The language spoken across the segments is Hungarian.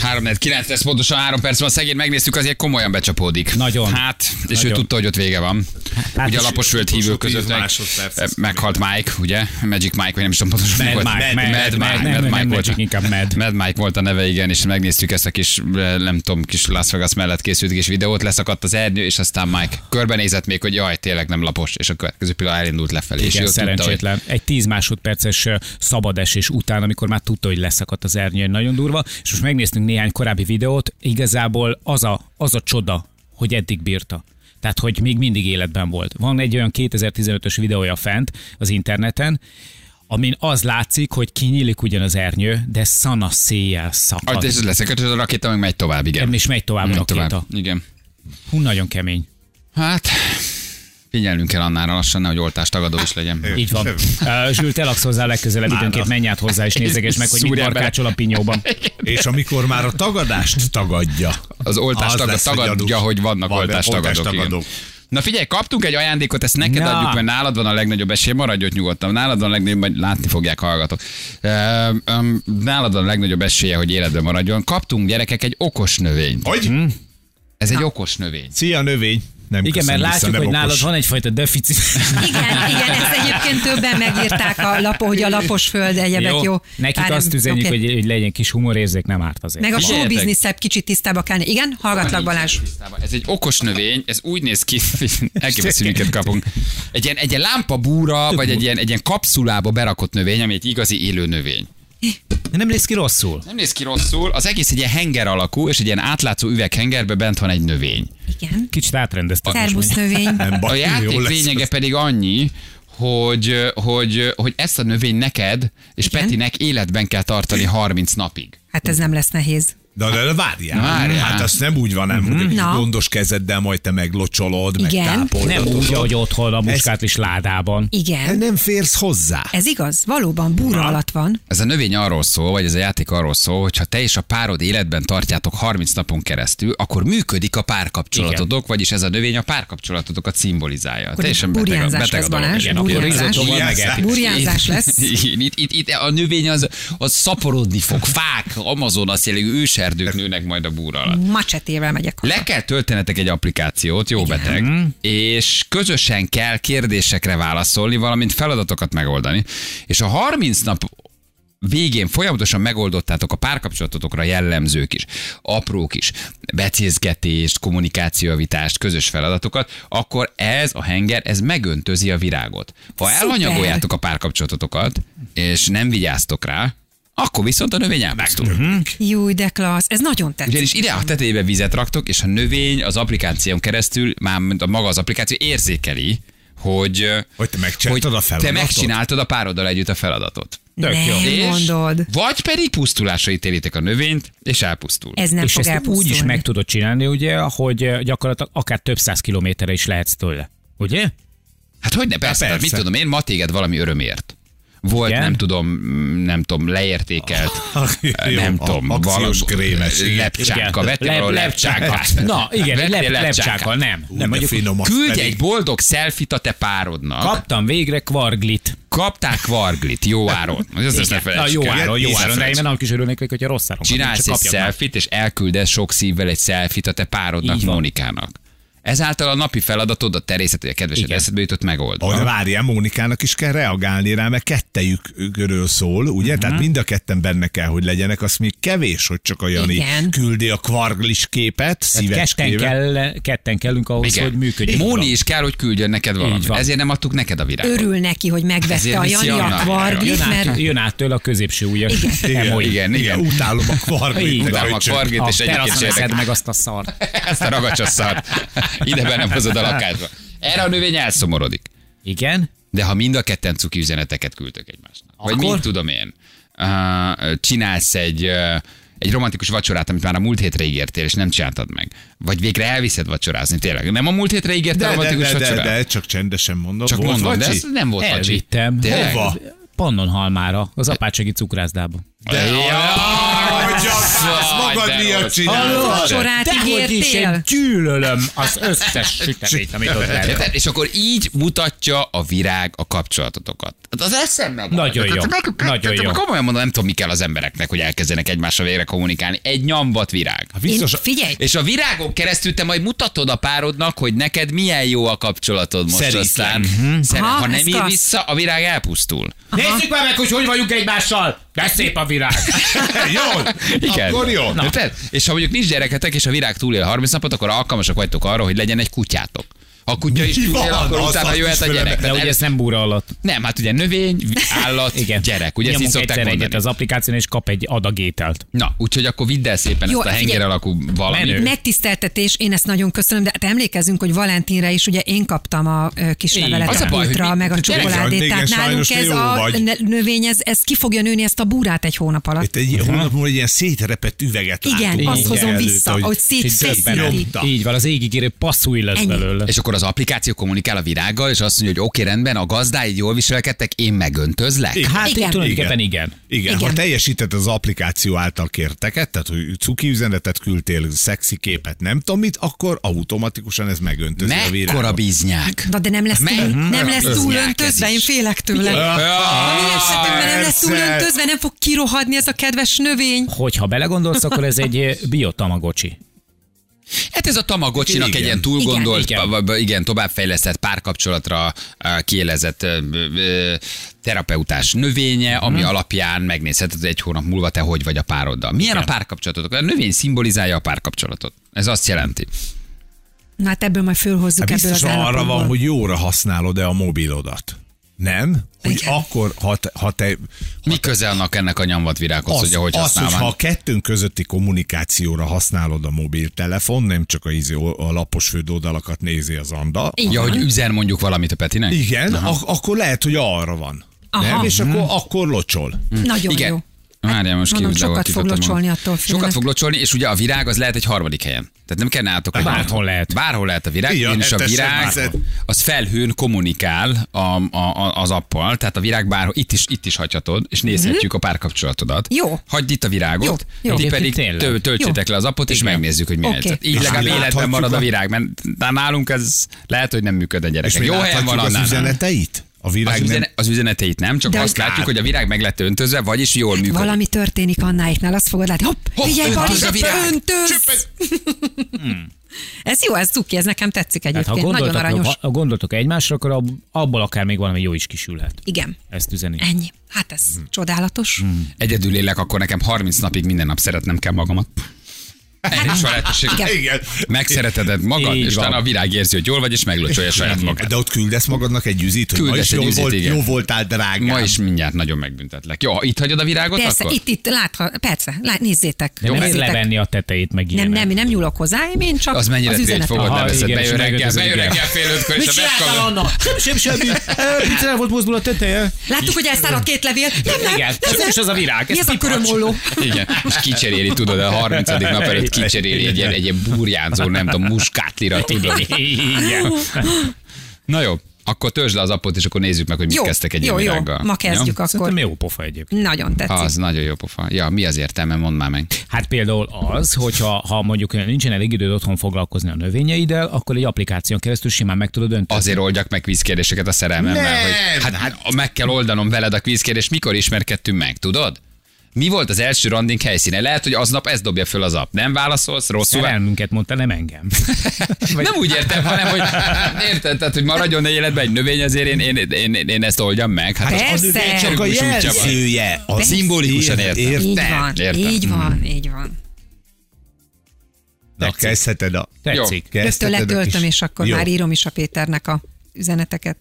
3 9 lesz pontosan 3 perc van, szegény megnéztük, azért komolyan becsapódik. Nagyon. Hát, és Nagyon. ő tudta, hogy ott vége van. Hát Hát ugye a és laposföld utolsó hívő tíz között meg, másodperc, eh, ez meghalt Mike, ugye? Magic Mike, vagy nem is tudom pontosan mi Mad volt. Mike, Mad, Mad Mad, nem, Mike, Mad nem, Mike Magic, volt. inkább Mad. Mad Mike volt a neve, igen, és megnéztük ezt a kis, eh, nem tudom, kis Las Vegas mellett készült kis videót, leszakadt az erdő, és aztán Mike körbenézett még, hogy jaj, tényleg nem lapos, és a következő pillanat elindult lefelé. és ő Igen, tudta, hogy- szerencsétlen. Egy 10 másodperces ö, szabad esés után, amikor már tudta, hogy leszakadt az ernyőn, nagyon durva, és most megnéztünk néhány korábbi videót, igazából az a, az a csoda, hogy eddig bírta. Tehát, hogy még mindig életben volt. Van egy olyan 2015-ös videója fent az interneten, amin az látszik, hogy kinyílik ugyan az ernyő, de szana széjjel Ah, és szakad. ez leszakadt, és a rakéta meg megy tovább, igen. És megy tovább a Megy rakéta. Igen. Hú, nagyon kemény. Hát, figyelnünk kell annára lassan, nehogy oltástagadó is legyen. Így van. Uh, Zsül, te laksz hozzá legközelebb időnként, menj át hozzá és nézeges meg, hogy mit Szúrja bele. barkácsol a pinyóban. És amikor már a tagadást tagadja. Az oltás Az tagad, lesz a tagadja, gyanús. hogy vannak Van, oltás tagadók. igen. oltástagadók. Na figyelj, kaptunk egy ajándékot, ezt neked Na. adjuk, mert nálad van a legnagyobb esély, maradj ott nyugodtan, nálad van a legnagyobb, majd látni fogják hallgatók. Ehm, ehm, Nálad van a legnagyobb esélye, hogy életben maradjon. Kaptunk gyerekek egy okos növényt. Hogy? Hm? Ez egy okos növény. Szia, növény. Nem Igen, köszön mert vissza, látjuk, nem hogy okos. nálad van egyfajta deficit. Igen, igen, ezt egyébként többen megírták a lapó, hogy a lapos föld egyebek, jó? Nekik Pár- azt üzenjük, oké. hogy, hogy legyen kis humorérzék, nem árt azért. Meg a Figyeljetek. showbizniszebb kicsit tisztába kellene. Igen, hallgatlak Balázs. Tisztában. Ez egy okos növény, ez úgy néz ki, elképesztő minket kapunk. Egy ilyen, egy ilyen lámpabúra, vagy egy ilyen, egy ilyen kapszulába berakott növény, ami egy igazi élő növény. Nem néz ki rosszul. Nem néz ki rosszul, az egész egy ilyen henger alakú, és egy ilyen átlátszó üveghengerbe bent van egy növény. Igen. Kicsit átrendeztek. most Szerbusz mondjuk. növény. Nem A baj, jó játék lesz. lényege pedig annyi, hogy, hogy, hogy ezt a növény neked és Igen. Petinek életben kell tartani 30 napig. Hát ez nem lesz nehéz. Na, de várjál. Várjál. Mhm. Hát azt nem úgy van, nem, hogy Na. Na. gondos kezeddel majd te meglocsolod, meg Igen. tápolgatod. Nem úgy, ahogy otthon a muskátlis ládában. Igen. Hát Nem férsz hozzá. Ez igaz, valóban búra alatt van. Ez a növény arról szól, vagy ez a játék arról szól, hogy ha te és a párod életben tartjátok 30 napon keresztül, akkor működik a párkapcsolatotok, vagyis ez a növény a párkapcsolatotokat szimbolizálja. Akkor egy burjánzás lesz, Balázs, burjánzás. risottóval Burjánzás. megetik. Burjánzás lesz. Itt, itt, itt, itt a növény az, az szaporodni fog. Fák, Amazonas jellegű őserdők nőnek majd a búr alatt. Macsetével megyek. haza. Le kell töltenetek egy applikációt, jó beteg, és közösen kell kérdésekre válaszolni, valamint feladatokat megoldani. És a 30 nap végén folyamatosan megoldottátok a párkapcsolatotokra jellemzők is, aprók is, becézgetést, kommunikációjavítást, közös feladatokat, akkor ez a henger, ez megöntözi a virágot. Ha Szuper. elhanyagoljátok a párkapcsolatotokat, és nem vigyáztok rá, akkor viszont a növény elpusztul. Júj, de klassz. Ez nagyon tetszik. Ugyanis ide a tetejébe vizet raktok, és a növény az applikáción keresztül, már mint a maga az applikáció érzékeli, hogy, Hogy te megcsináltad a te feladatot? megcsináltad a pároddal együtt a feladatot. Tök jó. Nem És mondod. Vagy pedig pusztulásra ítélitek a növényt, és elpusztul. Ez nem és fog ezt úgy is elpusztulni. meg tudod csinálni, ugye, hogy ö, gyakorlatilag akár több száz kilométerre is lehetsz tőle. Ugye? Hát hogy ne, persze, persze. persze. mit tudom én, ma téged valami örömért. Volt, Igen? Igen? nem tudom, mm, nem tudom, leértékelt, Jó, nem a- tudom, akciós krémes. lepcsáka, Igen. vettél valahol Lep- lepcsákát. Na, igen, egy Vettél lep, lepcsákát? lepcsákkal, nem. Nem, mondjuk finom az Küldj pedig. egy boldog szelfit a te párodnak. Kaptam végre kvarglit. Kapták Varglit, jó áron. Ez ezt ne Na, felejtsük jó el. áron, jó Ezt ne hát áron, de én felejtsük. már annak is örülnék, neki, hogyha rossz áron kapom, Csinálsz csak egy kapjam meg. szelfit, és elküldesz sok szívvel egy szelfit a te párodnak, Így van. Mónikának. Ezáltal a napi feladatod, a terészet, vagy a kedvesed Igen. eszedbe jutott megold. Ahogy várjál, Mónikának is kell reagálni rá, mert kettejük körül szól, ugye? Uh-huh. Tehát mind a ketten benne kell, hogy legyenek. Azt még kevés, hogy csak a Jani Igen. küldi a kvarglis képet, Hát Ketten, szívecskével. kell, ketten kellünk ahhoz, Igen. hogy működjön. Móni is kell, hogy küldjön neked valamit. van. Ezért nem adtuk neked a virágot. Örül neki, hogy megvette Ezért a viszi Jani a annak. kvarglit, Jön át, mert jön át tőle a középső ujjas. Igen, Emoji. Igen, Igen, igen. utálom a kvarglit. Így de Utálom a hogy csak- kvarglit. A és egyébként teraszon se eszed érdekel. meg azt a szart. Ezt a ragacsos szart. Ide be nem hozod a lakásba. Erre a növény elszomorodik. Igen? De ha mind a ketten cuki üzeneteket küldtök egymásnak, Akkor? vagy Akkor? mit tudom én, uh, csinálsz egy, uh, egy romantikus vacsorát, amit már a múlt hétre ígértél, és nem csináltad meg. Vagy végre elviszed vacsorázni, tényleg. Nem a múlt hétre ígértél a De, de, romantikus de, de, vacsorát? de, csak csendesen mondom. Csak Volt mondom, de vacsi? ez nem volt vacsi. Elvittem. Tényleg? Hova? Pannonhalmára, az apácsegi cukrászdába. De, ja, Hogy az- az maga magadnia Halló? csinálsz. Vacsorát Dehogy is, Hát, ígértél? én gyűlölöm az összes süteményt, amit ott lehet. Érted? És akkor így mutatja a virág a kapcsolatotokat. Hát Az eszembe van. Hát, Nagyon Tehát jó. meg- meg- Nagyon tehát jó. Komolyan mondom, nem tudom, mi kell az embereknek, hogy elkezdjenek egymással végre kommunikálni. Egy nyambat virág. Én, figyelj, És a virágon keresztül te majd mutatod a párodnak, hogy neked milyen jó a kapcsolatod most Szeritlek. aztán. Mm-hmm. Aha, ha nem ez ír klassz. vissza, a virág elpusztul. Nézzük már meg, hogy hogy vagyunk egymással. De szép a virág. Jó, Igen. akkor jó. Na. Érted? És ha mondjuk nincs gyereketek, és a virág túlél 30 napot, akkor alkalmasak vagytok arra, hogy legyen egy kutyátok. Ha a kutya is Mi túlél, van? akkor Azt utána az jöhet a is gyerek. De Tehát ugye ez, ez nem búra alatt. nem, hát ugye növény, állat, Igen. gyerek. Ugye ezt így Nyomunk szokták egyszer mondani. egyet az applikáción, és kap egy adag ételt. Na, úgyhogy akkor vidd el szépen Jó, ezt a figyelj. henger alakú valamit. Menő. Megtiszteltetés, én ezt nagyon köszönöm, de hát emlékezzünk, hogy Valentinre is ugye én kaptam a ö, kis Így. Az levelet a a baj, pultra, hogy mi- meg a tényleg, csokoládét, igen, tehát sajnos nálunk te ez jó a vagy. ne- növény, ez, ez ki fogja nőni ezt a búrát egy hónap alatt. Itt egy hónap múlva egy ilyen szétrepett üveget Igen, látunk. azt hozom előtte, vissza, hogy szét- És szétszíti. döbbenet. Így van, az égig érő passzúj lesz Ennyi. belőle. És akkor az applikáció kommunikál a virággal, és azt mondja, hogy oké, rendben, a gazdái jól viselkedtek, én megöntözlek. Hát Igen. igen. tulajdonképpen igen. Igen, Igen. ha teljesített az applikáció által kérteket, tehát hogy cuki üzenetet küldtél, szexi képet, nem tudom mit, akkor automatikusan ez megöntözi a Mekkora virágot. bíznyák. Na, de nem lesz, Me- túl, nem lesz Megragasztják túl ez öntözve, is. én félek tőle. A mi Ah! esetünkben nem lesz túl persze. öntözve, nem fog kirohadni ez a kedves növény. Hogyha belegondolsz, akkor ez egy eh, biotamagocsi. Hát ez a tamagocsinak Igen. egy ilyen túlgondolt, Igen, igen, igen. igen. igen továbbfejlesztett párkapcsolatra eh, á, kiélezett ö, ö, eh, terapeutás növénye, ami Mhm. alapján megnézheted hogy egy hónap múlva te hogy vagy a pároddal. Milyen a párkapcsolatotok? A növény szimbolizálja a párkapcsolatot. Ez azt jelenti. Na hát ebből majd fölhozzuk Hát ebből biztos az arra állapotból. van, hogy jóra használod-e a mobilodat. Nem? Hogy Igen. akkor, ha te, ha te Mi köze annak ennek a nyomvatvirághoz, hogy ahogy Hát- az, hogy használom? ha a kettőnk közötti kommunikációra használod a mobiltelefon, nem csak a, izé, a lapos fődódalakat nézi az anda, Ja, hogy Mhm. üzen mondjuk valamit a Petinek? igen, ak- akkor lehet, hogy arra van. Aha. Mhm. Nem? És akkor, akkor locsol. Nagyon Igen. jó. Várjál, most Mondom, kiúgy le, valakit sokat fog ott a magam. locsolni, attól félek. Sokat fog locsolni, és ugye a virág az lehet egy harmadik helyen. Tehát nem kell nálatok, hogy Bárhol nálatok- lehet. Bárhol lehet a virág, Igen, ugyanis a hát tessék, virág bárhol. az felhőn kommunikál a, a, a, az appal, tehát a virág bárhol, itt is, itt is hagyhatod, és nézhetjük a párkapcsolatodat. Mhm. Jó. Hagyd itt a virágot, Jó, jó. ti pedig Tényleg. tö- töltsétek Jó. le az appot, és megnézzük, hogy mi a Oké. helyzet. Így És legalább mi életben láthatjuk marad a a- virág, mert nálunk ez lehet, hogy nem működ a És gyerekek. mi Jó helyen van láthatjuk az annál. nem. üzeneteit? A Az, virág nem... üzene, az üzeneteit nem, csak De azt hogy- látjuk, hogy a virág meg lett öntözve, vagyis jól működik. Valami történik Annáiknál, azt fogod látni. Hopp, Hopp, figyelj, öntöz Balázs, a virág. öntöz! Ez jó, ez cuki, ez nekem tetszik Tehát Hát, ha egyébként. Nagyon gondoltok, aranyos. ha- ha gondoltok egymásra, akkor ab- abból akár még valami jó is kisülhet. Igen. Ezt üzeni. Ennyi. Hát ez Hmm. csodálatos. egyedül élek, akkor nekem 30 napig minden nap szeretnem kell magamat. Hát Erre is van lehetőség. Igen. Megszereted magad, Így és van. utána a virág érzi, hogy jól vagy, és meglocsolja saját magát. Hát De ott küldesz magadnak egy üzit, hogy Küldesz egy ma is üzit, jó, volt, igen. jó voltál, drágám. Ma is mindjárt nagyon megbüntetlek. Jó, ha itt hagyod a virágot, Persze, hát akkor? hát- itt, itt, látha, persze, lát, nézzétek. De nem ér nézzétek. levenni a tetejét meg nem, ilyenek. nem, nem nyúlok hozzá, én csak Az mennyire az trégy üzenetet. fogod, Aha, leveszed, igen, és bejön reggel, megötöz bejön reggel. reggel fél ötkor, és a webkamera... Anna? Sem, sem, semmi. Picára volt mozdul a teteje. Láttuk, hogy elszáradt két levél. Nem, nem, Igen, ez ez nem. is az a virág. Mi ez a körömolló? Igen, és kicseréli, tudod, a 30. nap előtt kicseréli egy, ilyen- egy ilyen burjánzó, nem tudom, muskátlira, tudod. Igen. Na jó, akkor törzs le az appot, és akkor nézzük meg, hogy mit Jó, kezdtek egy jó, ilyen jó, virággal. ma kezdjük Szerintem akkor. jó pofa egyébként. Nagyon tetszik. Az nagyon jó pofa. Ja, mi az értelme, mondd már meg. Hát például az, hogyha ha mondjuk nincsen elég időd otthon foglalkozni a növényeiddel, akkor egy applikáción keresztül simán meg tudod dönteni. Azért oldjak meg vízkérdéseket a szerelmemmel, Nem! hogy hát, hát meg kell oldanom veled a vízkérdést, mikor ismerkedtünk meg, tudod? Mi volt az első randink helyszíne? Lehet, hogy aznap ez dobja föl az app. Nem válaszolsz, rosszul vá- Szerelmünket mondta, nem engem. szóval- Nem úgy értem, hanem hogy érted, tehát, hogy maradjon egy életben egy növény, azért én, én, én, én, én ezt oldjam meg. Hát Persze. az- növény csak a Úgy sem jelzője. A Persze. Szimbolikusan értem. Így van, értem. így Hmm. van, így van. Na, kezdheted a... Tetszik. Jó. Rögtön Kezdheted a letöltöm, kis- és akkor Jó. már írom is a Péternek a üzeneteket.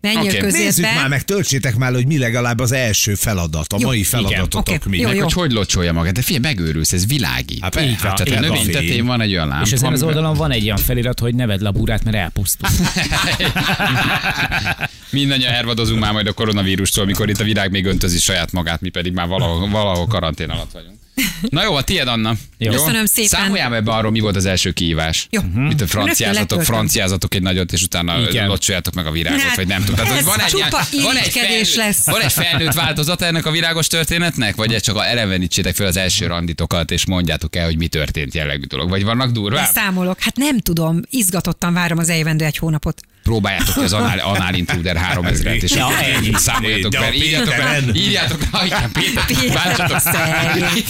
Menjél Oké. okay. Nézzük már közértbe. meg, töltsétek már, hogy mi legalább az első feladat, a Jó. mai Igen. feladatotok Oké. mi. Jó, Meg, jó. hogy hogy locsolja magát, de figyelj, megőrülsz, ez világít. Hát, így hát, van, tehát a így van. növény tetején van egy olyan lámpa. És ezen az amivel- oldalon van egy olyan felirat, hogy neved le a burát, mert elpusztul. Mindannyian hervadozunk már majd a koronavírustól, mikor itt a virág még öntözi saját magát, mi pedig már valahol, valahol karantén alatt vagyunk. Na jó, a tiéd, Anna. Jó. Köszönöm szépen. Számoljál be arról, mi volt az első kihívás. Jó. Mhm. Itt a franciázatok, Rögtön franciázatok egy nagyot, és utána Igen. locsoljátok meg a virágot, Hát, vagy nem tudom. hogy ez csupa irigykedés lesz. van egy felnőtt változata ennek a virágos történetnek, vagy csak elevenítsétek fel az első randitokat, és mondjátok el, hogy mi történt jellegű dolog. Vagy vannak durvá? Számolok. Hát nem tudom, izgatottan várom az eljövendő egy hónapot. Próbáljátok ki az Anal, Anal Intruder 3000-et, és Ja, ennyi. számoljatok De a be, írjátok be, Péteren. írjátok be, igen, Péter, Péter, váltsatok, szerint.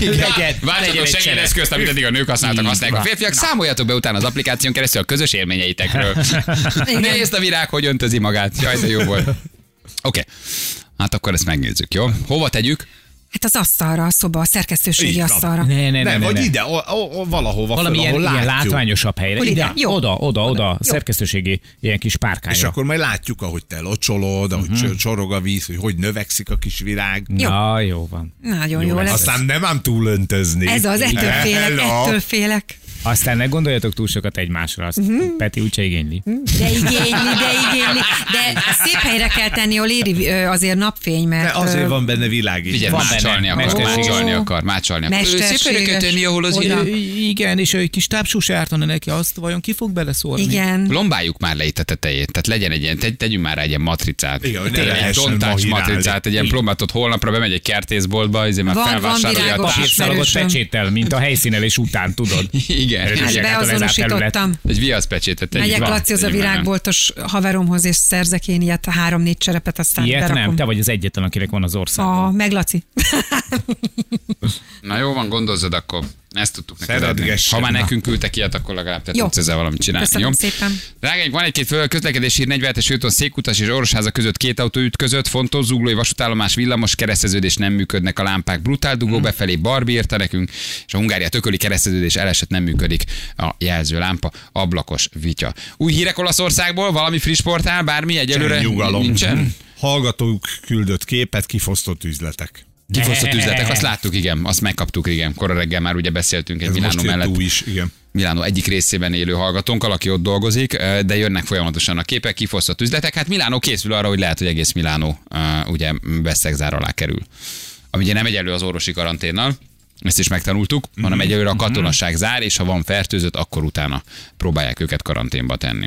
Igen, Legyen- legyen váltsatok egy segédeszközt, amit eddig a nők használtak, használják a férfiak, számoljatok be utána az applikáción keresztül a közös élményeitekről. Igen. Nézd a virág, hogy öntözi magát, jaj, de jó volt. Oké, hát akkor ezt megnézzük, jó? Hova tegyük? Hát az asztalra, a szoba, a szerkesztőségi Így van. asztalra. Ne, ne, ne, Nem, ne, vagy ne. ide, o, o, o, valahova, Valami föl, ilyen, ahol ilyen látjuk. látványosabb helyre. Hol Ide, ide? Jó. oda, oda, oda, szerkesztőségi ilyen kis párkányra. És akkor majd látjuk, ahogy te locsolod, ahogy uh-huh. csorog a víz, hogy hogy növekszik a kis virág. Jó. Na, jó van. Nagyon jó, lesz. Aztán nem ám túlöntözni. Ez az, ettől Hello. félek, ettől félek. Aztán ne gondoljatok túl sokat egymásra, azt Peti úgyse igényli. De igényli, de igényli. De szép helyre kell tenni, a léri ö, azért napfény, mert... De azért ö, van benne világítás. Figyelj, Van mácsolni benne akar, mesterséges. mácsolni akar, mácsolni akar. Ő Mesterséges. Szépen kell tenni, ahol az Oda. idő. Igen, és egy kis tápsús ártana neki, azt vajon ki fog beleszólni? Igen. Lombáljuk már le itt a tetejét, tehát legyen egy ilyen, tegy, tegyünk már rá egy ilyen matricát. Igen, hogy ne Tényleg egy lehessen tontás mahirálni. matricát, egy ilyen plomatot holnapra bemegy egy kertészboltba, ezért már Van- van felvásárolja a virágos társ- ismerő. Papírszalagot Ismerősöm. pecséttel, mint a helyszínelés után, tudod. Igen. Hát Hát Igen, hát a lezárt beazonosítottam. Egy viaszpecsétet tegyük. Megyek van, Laci az a tegyük bele. virágboltos haveromhoz, és szerzek én ilyet a három-négy cserepet, aztán Ilyet berakom. Ah. nem, te vagy az egyetlen, akinek van az országban. A, meg Laci. Na jó van, gondozzad akkor. Ezt tudtuk neked adni. Szeretgessen. Ha már Na. nekünk küldtek ilyet, akkor legalább te Jó. tudsz ezzel valamit csinálni. Köszönöm jó? szépen. Drágáink, van egy-két föl közlekedési hír, 47-es úton Székutas és Orosháza között két autó ütközött, fontos zuglói vasútállomás, villamos kereszteződés nem működnek, a lámpák brutál dugó befelé, Barbie írta nekünk, és a Hungária tököli kereszteződés elesett, nem működik a jelző lámpa, ablakos vitya. Új hírek Olaszországból, valami friss portál, bármi egyelőre Nincsen nyugalom. nincsen. Hallgatók küldött képet, kifosztott üzletek. Kifosztott üzletek, azt láttuk, igen, azt megkaptuk, igen. Kora reggel már ugye beszéltünk egy Ez Milánó most jött mellett. túl is, igen. Milánó egyik részében élő hallgatónkkal, aki ott dolgozik, eh, de jönnek folyamatosan a képek, kifosztott üzletek. Hát Milánó készül arra, hogy lehet, hogy egész Milánó eh, ugye beszegzár alá kerül. Ami ugye nem egyelő az orvosi karanténnal, ezt is megtanultuk, hanem egyelőre a katonaság zár, és ha van fertőzött, akkor utána próbálják őket karanténba tenni.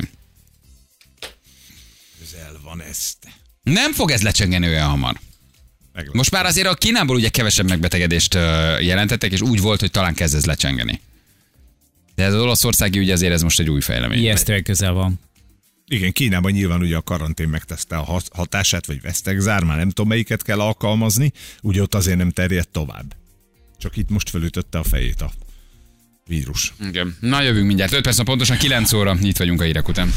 Közel van ezt. Nem fog ez lecsengeni olyan hamar. Meglátjuk. Most már azért a Kínából ugye kevesebb megbetegedést ö, jelentettek, és úgy volt, hogy talán kezd ez lecsengeni. De ez az olaszországi ügy azért ez most egy új fejlemény. Ijesztően közel van. Igen, Kínában nyilván ugye a karantén megteszte a hat- hatását, vagy vesztegzár, már nem tudom melyiket kell alkalmazni, ugye ott azért nem terjed tovább. Csak itt most felütötte a fejét a vírus. Igen. Na jövünk mindjárt. 5 perc, van pontosan 9 óra. Itt vagyunk a hírek után.